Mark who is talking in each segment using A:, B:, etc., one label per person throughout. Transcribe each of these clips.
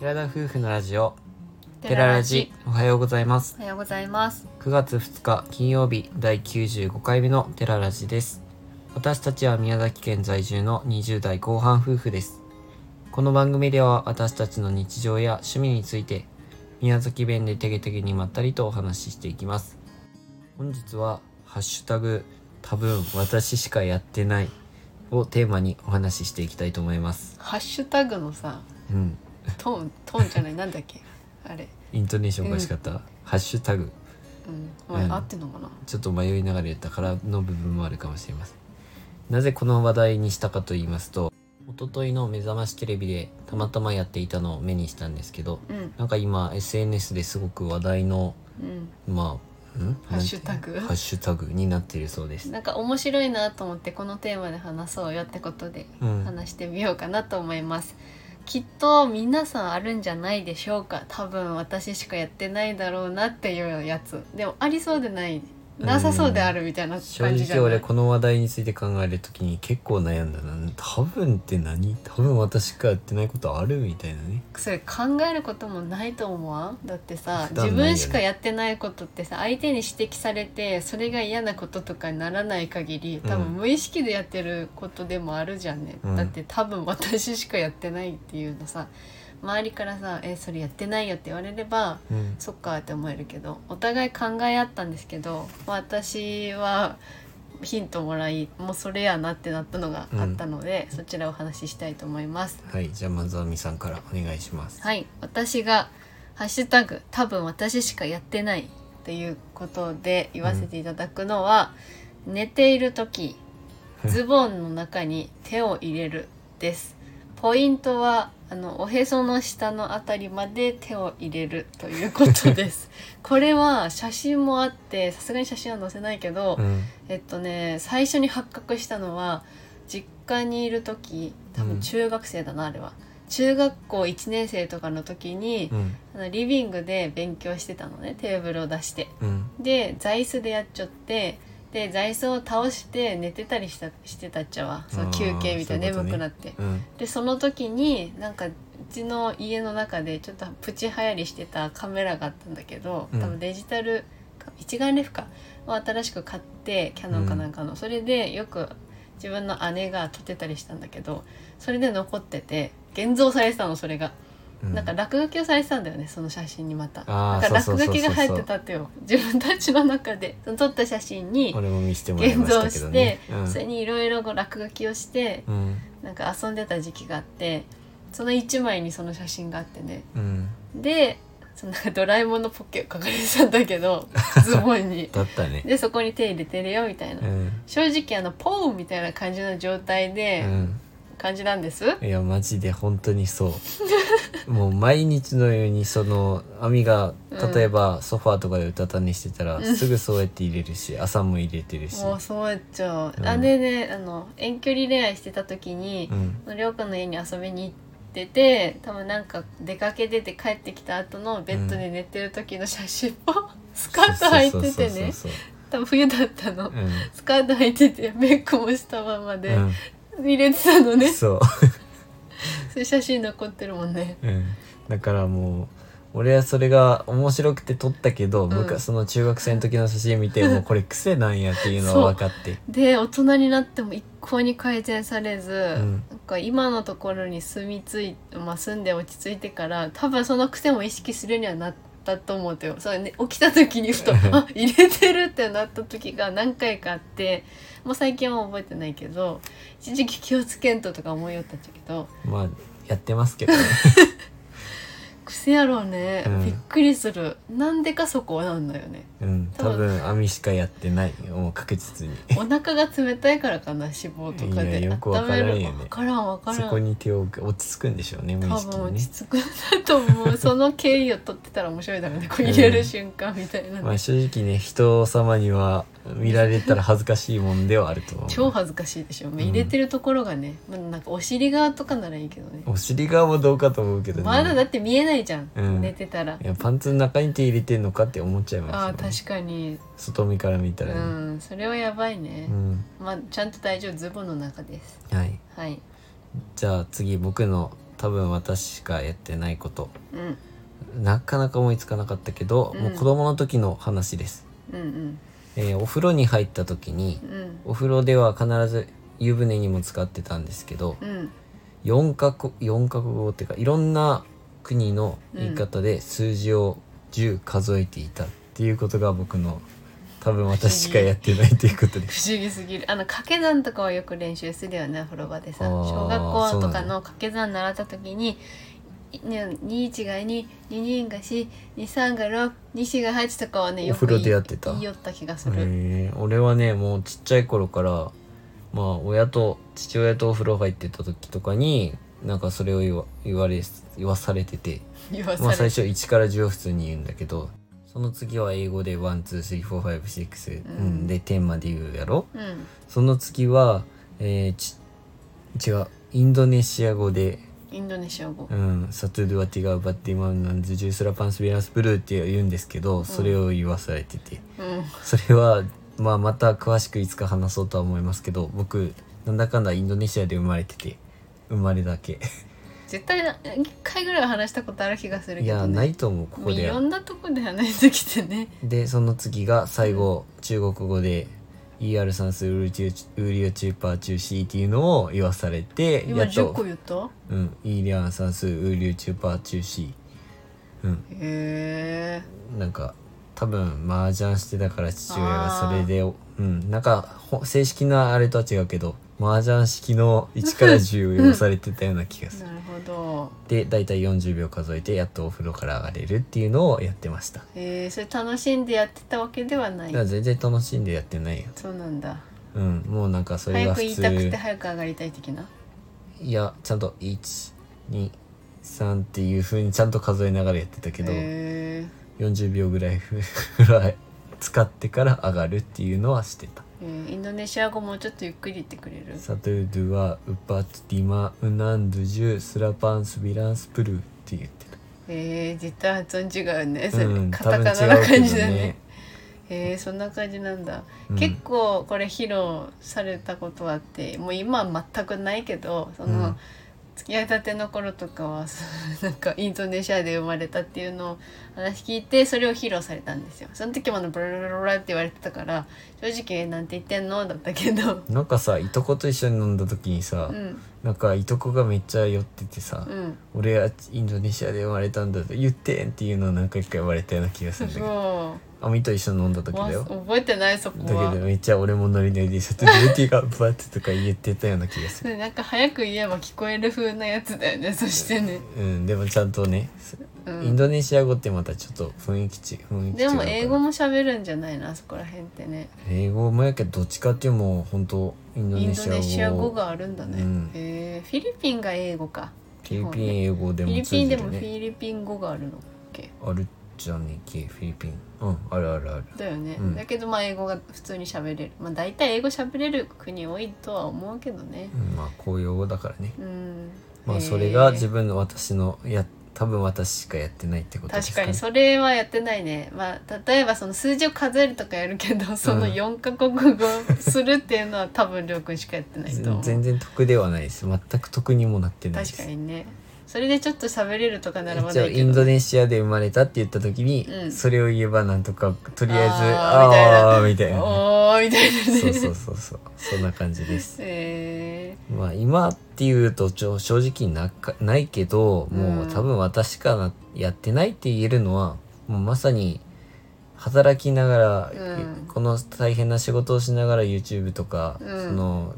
A: 田夫婦のラジオテララジおはようございます
B: おはようございます
A: 9月2日金曜日第95回目のテララジです私たちは宮崎県在住の20代後半夫婦ですこの番組では私たちの日常や趣味について宮崎弁でてげてげにまったりとお話ししていきます本日はハッシュタグ多分私しかやってないをテーマにお話ししていきたいと思います
B: ハッシュタグの さ
A: うん
B: トーントーンじゃないなんだっけあれ
A: イントネーションおかしかった、ハッシュタグ
B: うんお前、
A: うん
B: 合ってんのかな
A: ちょっと迷いながらやったからの部分もあるかもしれませんなぜこの話題にしたかと言いますと一昨日の目覚ましテレビでたまたまやっていたのを目にしたんですけど
B: うん
A: なんか今 SNS ですごく話題のまあん
B: ハッシュタグ
A: なんてハッシュタグになっているそうで
B: うん
A: す
B: なんか面白いなと思ってこのテーマで話そうよってことで
A: うん
B: 話してみようかなと思いますきっと皆さんあるんじゃないでしょうか多分私しかやってないだろうなっていうやつでもありそうでないなさそうであるみたいな
A: 正
B: 感じじ
A: 直
B: ゃない、
A: 俺この話題について考える時に結構悩んだな多分って何多分私しかやってないことあるみたいなね
B: それ考えることもないと思わんだってさ、
A: 普段ない
B: 自
A: よね
B: 分しかやってないことってさ相手に指摘されてそれが嫌なこととかにならない限り多
A: うん
B: 分無意識でやってることでもあるじゃんね、
A: うん
B: だって多分私しかやってないっていうのさ周りからさ「えそれやってないよ」って言われれば
A: うん
B: そっかって思えるけどお互い考え合ったんですけどまあ私はヒントもらいもうそれやなってなったのがあったので、そちらをお話ししたいと思います。
A: はいじゃあまずはみさんからお願いします
B: はい、私が「ハッシュタグ多分私しかやってない」ということで言わせていただくのは、寝ている時ズボンの中に手を入れるです。ポイントはあのおへその下のあたりまで手を入れるということ です。これは写真もあってさすがに写真は載せないけど、
A: うん
B: えっとね最初に発覚したのは実家にいる時多
A: うん
B: 分中学生だな、あれは中学校1年生とかの時に
A: う、ん
B: あのリビングで勉強してたのねテーブルを出して
A: うん
B: で座椅子でやっちゃってで座椅子を倒して寝てたりしたしてたっちゃわその休憩みたいな
A: あーそういうことね
B: 眠くなって
A: うん
B: でその時になんかうちの家の中でちょっとプチ流行りしてたカメラがあったんだけど、
A: うん
B: 多分デジタルか一眼レフかを新しく買ってキャノンかなんかの、それでよく自分の姉が撮ってたりしたんだけどそれで残ってて現像されてたのそれが、
A: う
B: なんか落書きをされてたんだよねその写真にまた
A: あ
B: な
A: ー
B: んか
A: そうそ
B: 落
A: う
B: 書
A: そうそう
B: きが入ってたってよ自分たちの中でその撮った写真に
A: 俺も見せてもらいま
B: 現
A: した
B: 像
A: けど
B: し
A: ね
B: て、
A: うん
B: それにいろいろ落書きをして
A: うん
B: なんか遊んでた時期があってその1枚にその写真があってね
A: うん
B: でそのなんかドラえもんのポッケを書かれてたんだけ どズボンに
A: だったね
B: でそこに手入れてるよみたいな、
A: うん
B: 正直あのポーみたいな感じの状態
A: う
B: で
A: ん
B: 感じなんです、
A: いやマジで本当にそうもう毎日のようにその亜美が
B: うん
A: 例えばソファーとかでうたた寝してたら、
B: うん
A: すぐそうやって入れるし朝も入れてるし
B: もうそうやっちゃう、
A: うん
B: あでねあの遠距離恋愛してた時に
A: う、ん
B: りょうくんの家に遊びに行ってて多分なんか出かけてて帰ってきた後のベッドで寝てる時の写真を、 スカート履いててね
A: そうそうそう
B: 多分冬だったの、
A: そう
B: スカート履いててメイクもしたまま
A: う
B: で
A: ん、
B: 入れてたの
A: う
B: ね、
A: ん、そう
B: そういう写真残ってるもんね
A: うん、だからもう俺はそれが面白くて撮ったけど、
B: ん
A: 昔その中学生の時の写真見てもうこれ癖なんやっていうのは分かって
B: で大人になっても一向に改善されず、
A: ん
B: なんか今のところに住みつい、まあ、住んで落ち着いてから多分その癖も意識するようにはなったと思うとよそう、ね、起きた時にふとあ入れてるってなった時が何回かあってもう最近は覚えてないけど一時期気をつけんととか思いよったんだけど
A: まあやってます けどね
B: 癖やろうね、
A: うん
B: びっくりするなんでかそこなんだよね
A: うん多
B: 多分
A: 分網しかやってないもう確実に
B: お腹が冷たいからかな脂肪とかで
A: いやよくわからんよね
B: わからんわからん
A: そこに手を置く落ち着くんでしょうね無意
B: 多
A: 識
B: 分
A: に
B: 落
A: ね
B: ち着くんだと思うその経緯を取ってたら面白いだろうねこう入れる瞬間みたいな、
A: まあ正直ね人様には見られたら恥ずかしいもんではあると思う
B: 超恥ずかしいでしょ、まあ入れてるところがね、まあ、なんかお尻側とかならいいけどね
A: お尻側もどうかと思うけどね、
B: まだだって見えないじゃん、
A: うん
B: 寝てたら
A: いやパンツの中に手入れてんのかって思っちゃいます
B: ああ
A: よね
B: 確かに
A: 外見から見た
B: う
A: らね、
B: んそれはやばいね、
A: うん
B: まあちゃんと大丈夫ズボンの中です
A: はい
B: はい
A: じゃあ次僕の多分私しかやってないこと
B: うん
A: なかなか思いつかなかったけど、
B: うん
A: もう子供の時の話です、
B: うん
A: えーお風呂に入った時に
B: うんうん
A: お風呂では必ず湯船にも使ってたんですけど
B: うん
A: 4カ国4カ国語っていうかいろんな国の言い方で数字を10数えていたっていうことが僕の多分私しかやってないということです
B: 不思議すぎるあの掛け算とかはよく練習するよねお風呂場でさ
A: あー
B: 小学校とか
A: そうなんだ
B: の掛け算習った時にいね21が22が423が624が8とかはねよく
A: お風呂でやってた
B: 言いよった気がする、
A: へえ俺はねもうちっちゃい頃からまあ親と父親とお風呂入ってた時とかになんかそれを言わ言われ言わされてて
B: 言わ
A: まあ
B: さ
A: 最
B: れ
A: 初1から10を普通に言うんだけどその次は英語で1234567、
B: う
A: うんんで10まで言うやろ
B: うん
A: その次は、えーち違うインドネシア語で
B: インドネシア語
A: 「うん、サトゥドゥワティガーバッティマンナンズジュースラパンスビランスブルー」って言うんですけどそれを言わされてて。
B: うん
A: それは、まあ、また詳しくいつか話そうとは思いますけど僕なんだかんだインドネシアで生まれてて生まれだけ
B: 絶対な一回ぐらいは話したことある気がする
A: い
B: けど、ね、
A: やないと思うここで
B: いろ
A: は
B: んなとこで話してきてね
A: でその次が最後中国語で ER 算数ウーリチュウーリオチューパーチューシーっていうのを言わされて
B: 今
A: やっ
B: 10個
A: と、
B: 言った
A: うん、イーリアン算数ウーリオチューパーチューシーうん
B: へえ
A: なんか多分麻雀してたから父親がそれでうんなんかほ正式なあれとは違うけど麻雀式の1から10を用されてたような気がする
B: なるほど
A: で大体40秒数えてやっとお風呂から上がれるっていうのをやってました
B: えー、それ楽しんでやってたわけではな
A: だ
B: い
A: から全然楽しんでやってないよ
B: そうなんだ
A: うんもうなんかそれ
B: 早
A: が
B: く
A: 普
B: 言いたく
A: 通
B: て早く上がりたい的ない
A: やちゃんと123っていう風にちゃんと数えながらやってたけど、
B: へー
A: 40秒ぐらいふぐらい使ってから上がるっていうのはしてた
B: えー、インドネシア語もうちょっとゆっくり言ってくれる
A: サトゥドゥはウパトディマウナンドゥジュスラパンスビランスプルって言って
B: えー、絶対発音違うねそ
A: た。
B: れ、
A: うん、
B: カ
A: 多
B: タ
A: 分
B: カナな
A: 違
B: 感
A: うけ
B: じ
A: ど
B: だね
A: ね。
B: えー、そんな感じなんだ、
A: うん
B: 結構これ披露されたことあってもう今は全くないけどその、
A: うん
B: 付き合いたての頃とかは そうなんかインドネシアで生まれたっていうのを話聞いてそれを披露されたんですよその時もあのブラブラブラって言われてたから正直「なんて言ってんの?」だったけど
A: なんかさいとこと一緒に飲んだ時にさ、
B: うん
A: なんかいとこがめっちゃ酔っててさ、
B: うん
A: 俺はインドネシアで生まれたんだって言ってんっていうのを何回か言われたような気がするんだけど
B: そ
A: アミと一緒に飲んだ
B: う
A: 時だよ
B: 覚えてないそ
A: だけ
B: こ
A: ど
B: は。
A: めっちゃ俺もノリノリでサトゥドゥティがウパトとか言ってたような気がする
B: それなんか早く言えば聞こえる風なやつだよねそしてね、
A: うんでもちゃんとね、
B: う
A: イン
B: ん、
A: ドネシア語ってまたちょっと雰囲気違う雰囲気違
B: で
A: うか
B: も
A: ら
B: 英語も喋るんじゃないなそこら辺ってね
A: 英語もやけどどっちかっていうともう本当インド
B: イン
A: ネ
B: ド
A: シア語
B: ネシア語があるんだね、
A: うん
B: へえフィリピンが英語か
A: フィリピン英語で
B: フィ
A: も
B: リ
A: 通
B: ピ
A: じ
B: ンで
A: る
B: もフ
A: ね
B: ィリピン語があるのっけ
A: あるじゃねえけフィリピンうんあるあるある
B: だよね、
A: うん
B: だけどまあ英語が普通に喋れるまあ大体英語喋れる国多いとは思うけどね
A: うんまあ公用語だからね
B: うん
A: ま
B: へ
A: あ
B: え
A: それが自分の私のや多分私しかやってないってことです
B: 確
A: か
B: か
A: ね
B: にそれはやってないねまあ例えばその数字を数えるとかやるけどその
A: うん
B: 4カ国語するっていうのは多分りょうくんしかやってないと思う
A: 全然得ではないです全く得にもなってないです
B: 確かにねそれでちょっと喋れるとかならま
A: じゃ
B: だ
A: あ
B: いいけ
A: イ
B: ど
A: ンドネシアで生まれたって言った時に、
B: うん
A: それを言えばなんとかとりあえず
B: あ
A: あーみたいな
B: おーみたいなね
A: そうそうそうそうそんな感じ です
B: え
A: まあ今っていうとちょ正直なかないけども
B: う
A: うん多分私しかなやってないって言えるのはもうまさに働きながら、
B: うん
A: この大変な仕事をしながら YouTube とか、
B: うん
A: その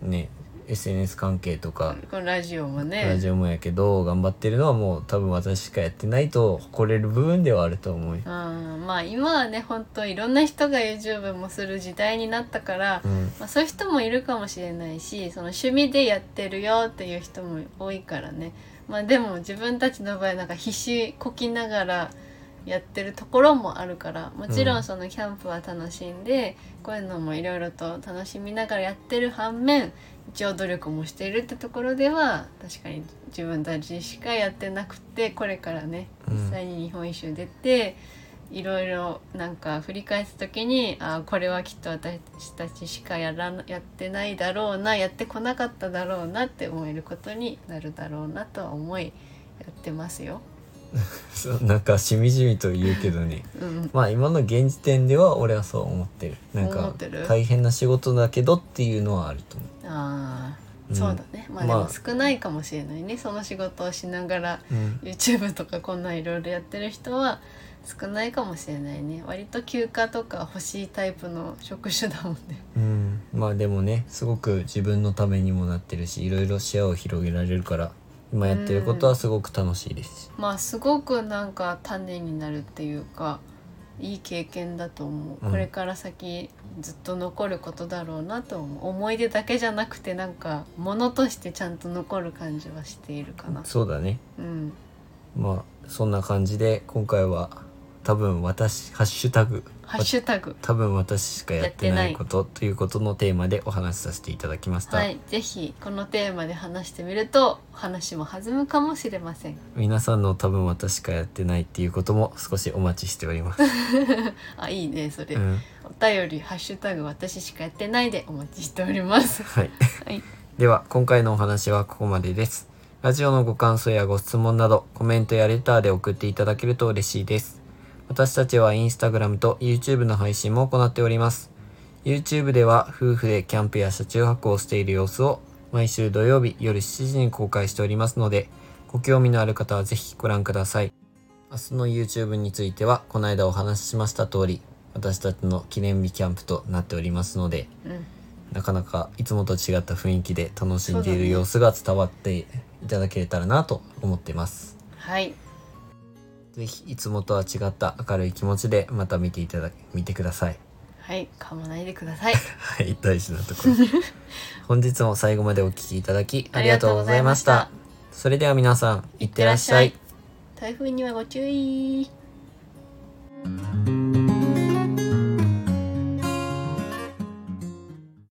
A: ね SNS 関係とか、
B: ーこのラジオもね
A: ラジオもやけど頑張ってるのはもう多分私しかやってないと誇れる部分ではあると思う。
B: うん、まあ今はね本当いろんな人が YouTube もする時代になったから、
A: うん
B: まあ、そういう人もいるかもしれないしその趣味でやってるよっていう人も多いからね、まあ、でも自分たちの場合なんか必死こきながらやってるところもあるからもちろ
A: うんん
B: そのキャンプは楽しんで、こういうのもいろいろと楽しみながらやってる反面一応努力もしているってところでは確かに自分たちしかやってなくてこれからね
A: うん
B: 実際に日本一周出て、いろいろなんか振り返す時にあーこれはきっと私たちしかやらなやってないだろうなやってこなかっただろうなって思えることになるだろうなとは思いやってますよ。
A: そうなんかしみじみと言うけどね
B: うん、
A: まあ今の現時点では俺はそう思ってるなん
B: 思
A: か
B: ってる
A: 大変な仕事だけどっていうのはあると思
B: あ
A: う
B: ー
A: ん
B: そうだね、まあで
A: まあ
B: も少ないかもしれないねその仕事をしながら
A: う、うん、
B: YouTube とかこんなんいろいろやってる人は少ないかもしれないね割と休暇とか欲しいタイプの職種だもんね
A: うん、まあでもねすごく自分のためにもなってるしいろいろ視野を広げられるから今やってることはすごく楽しいですし、
B: まあすごくなんか種になるっていうかいい経験だと思う、
A: うん
B: これから先ずっと残ることだろうなと思う思い出だけじゃなくてなんか物としてちゃんと残る感じはしているかな
A: そうだね
B: うん
A: まあそんな感じで今回は多分私「ハッシュタグ
B: ハッシュタグ
A: 多分私しかやって
B: やって
A: な
B: ない
A: いこと」ということのテーマでお話しさせていただきました、
B: はいぜひこのテーマで話してみると話も弾むかもしれません
A: 皆さんの「多分私しかやってない」っていうことも少しお待ちしており ます、
B: あいいねそれ、
A: うん
B: お便り「ハッシュタグ私しかやってない」でお待ちしております。
A: はい
B: はい、
A: では今回のお話はここまでですラジオのご感想やご質問などコメントやレターで送っていただけると嬉しいです私たちはインスタグラムと YouTube の配信も行っております YouTube では夫婦でキャンプや車中泊をしている様子を毎週土曜日夜7時に公開しておりますのでご興味のある方はぜひご覧ください明日の YouTube についてはこの間お話ししました通り私たちの記念日キャンプとなっておりますので
B: うん、
A: なかなかいつもと違った雰囲気で楽しんでいる様子が伝わっていただけたらなと思っています。
B: はい、
A: ぜひいつもとは違った明るい気持ちでまた見ていただ見てください。
B: はい、噛まないでください。
A: はい、大事なと ころ。本日も最後までお聞きいただきありがとうございました。
B: ありがとうございま
A: それでは皆さん、いってらっしゃい。。
B: 台風にはご注意。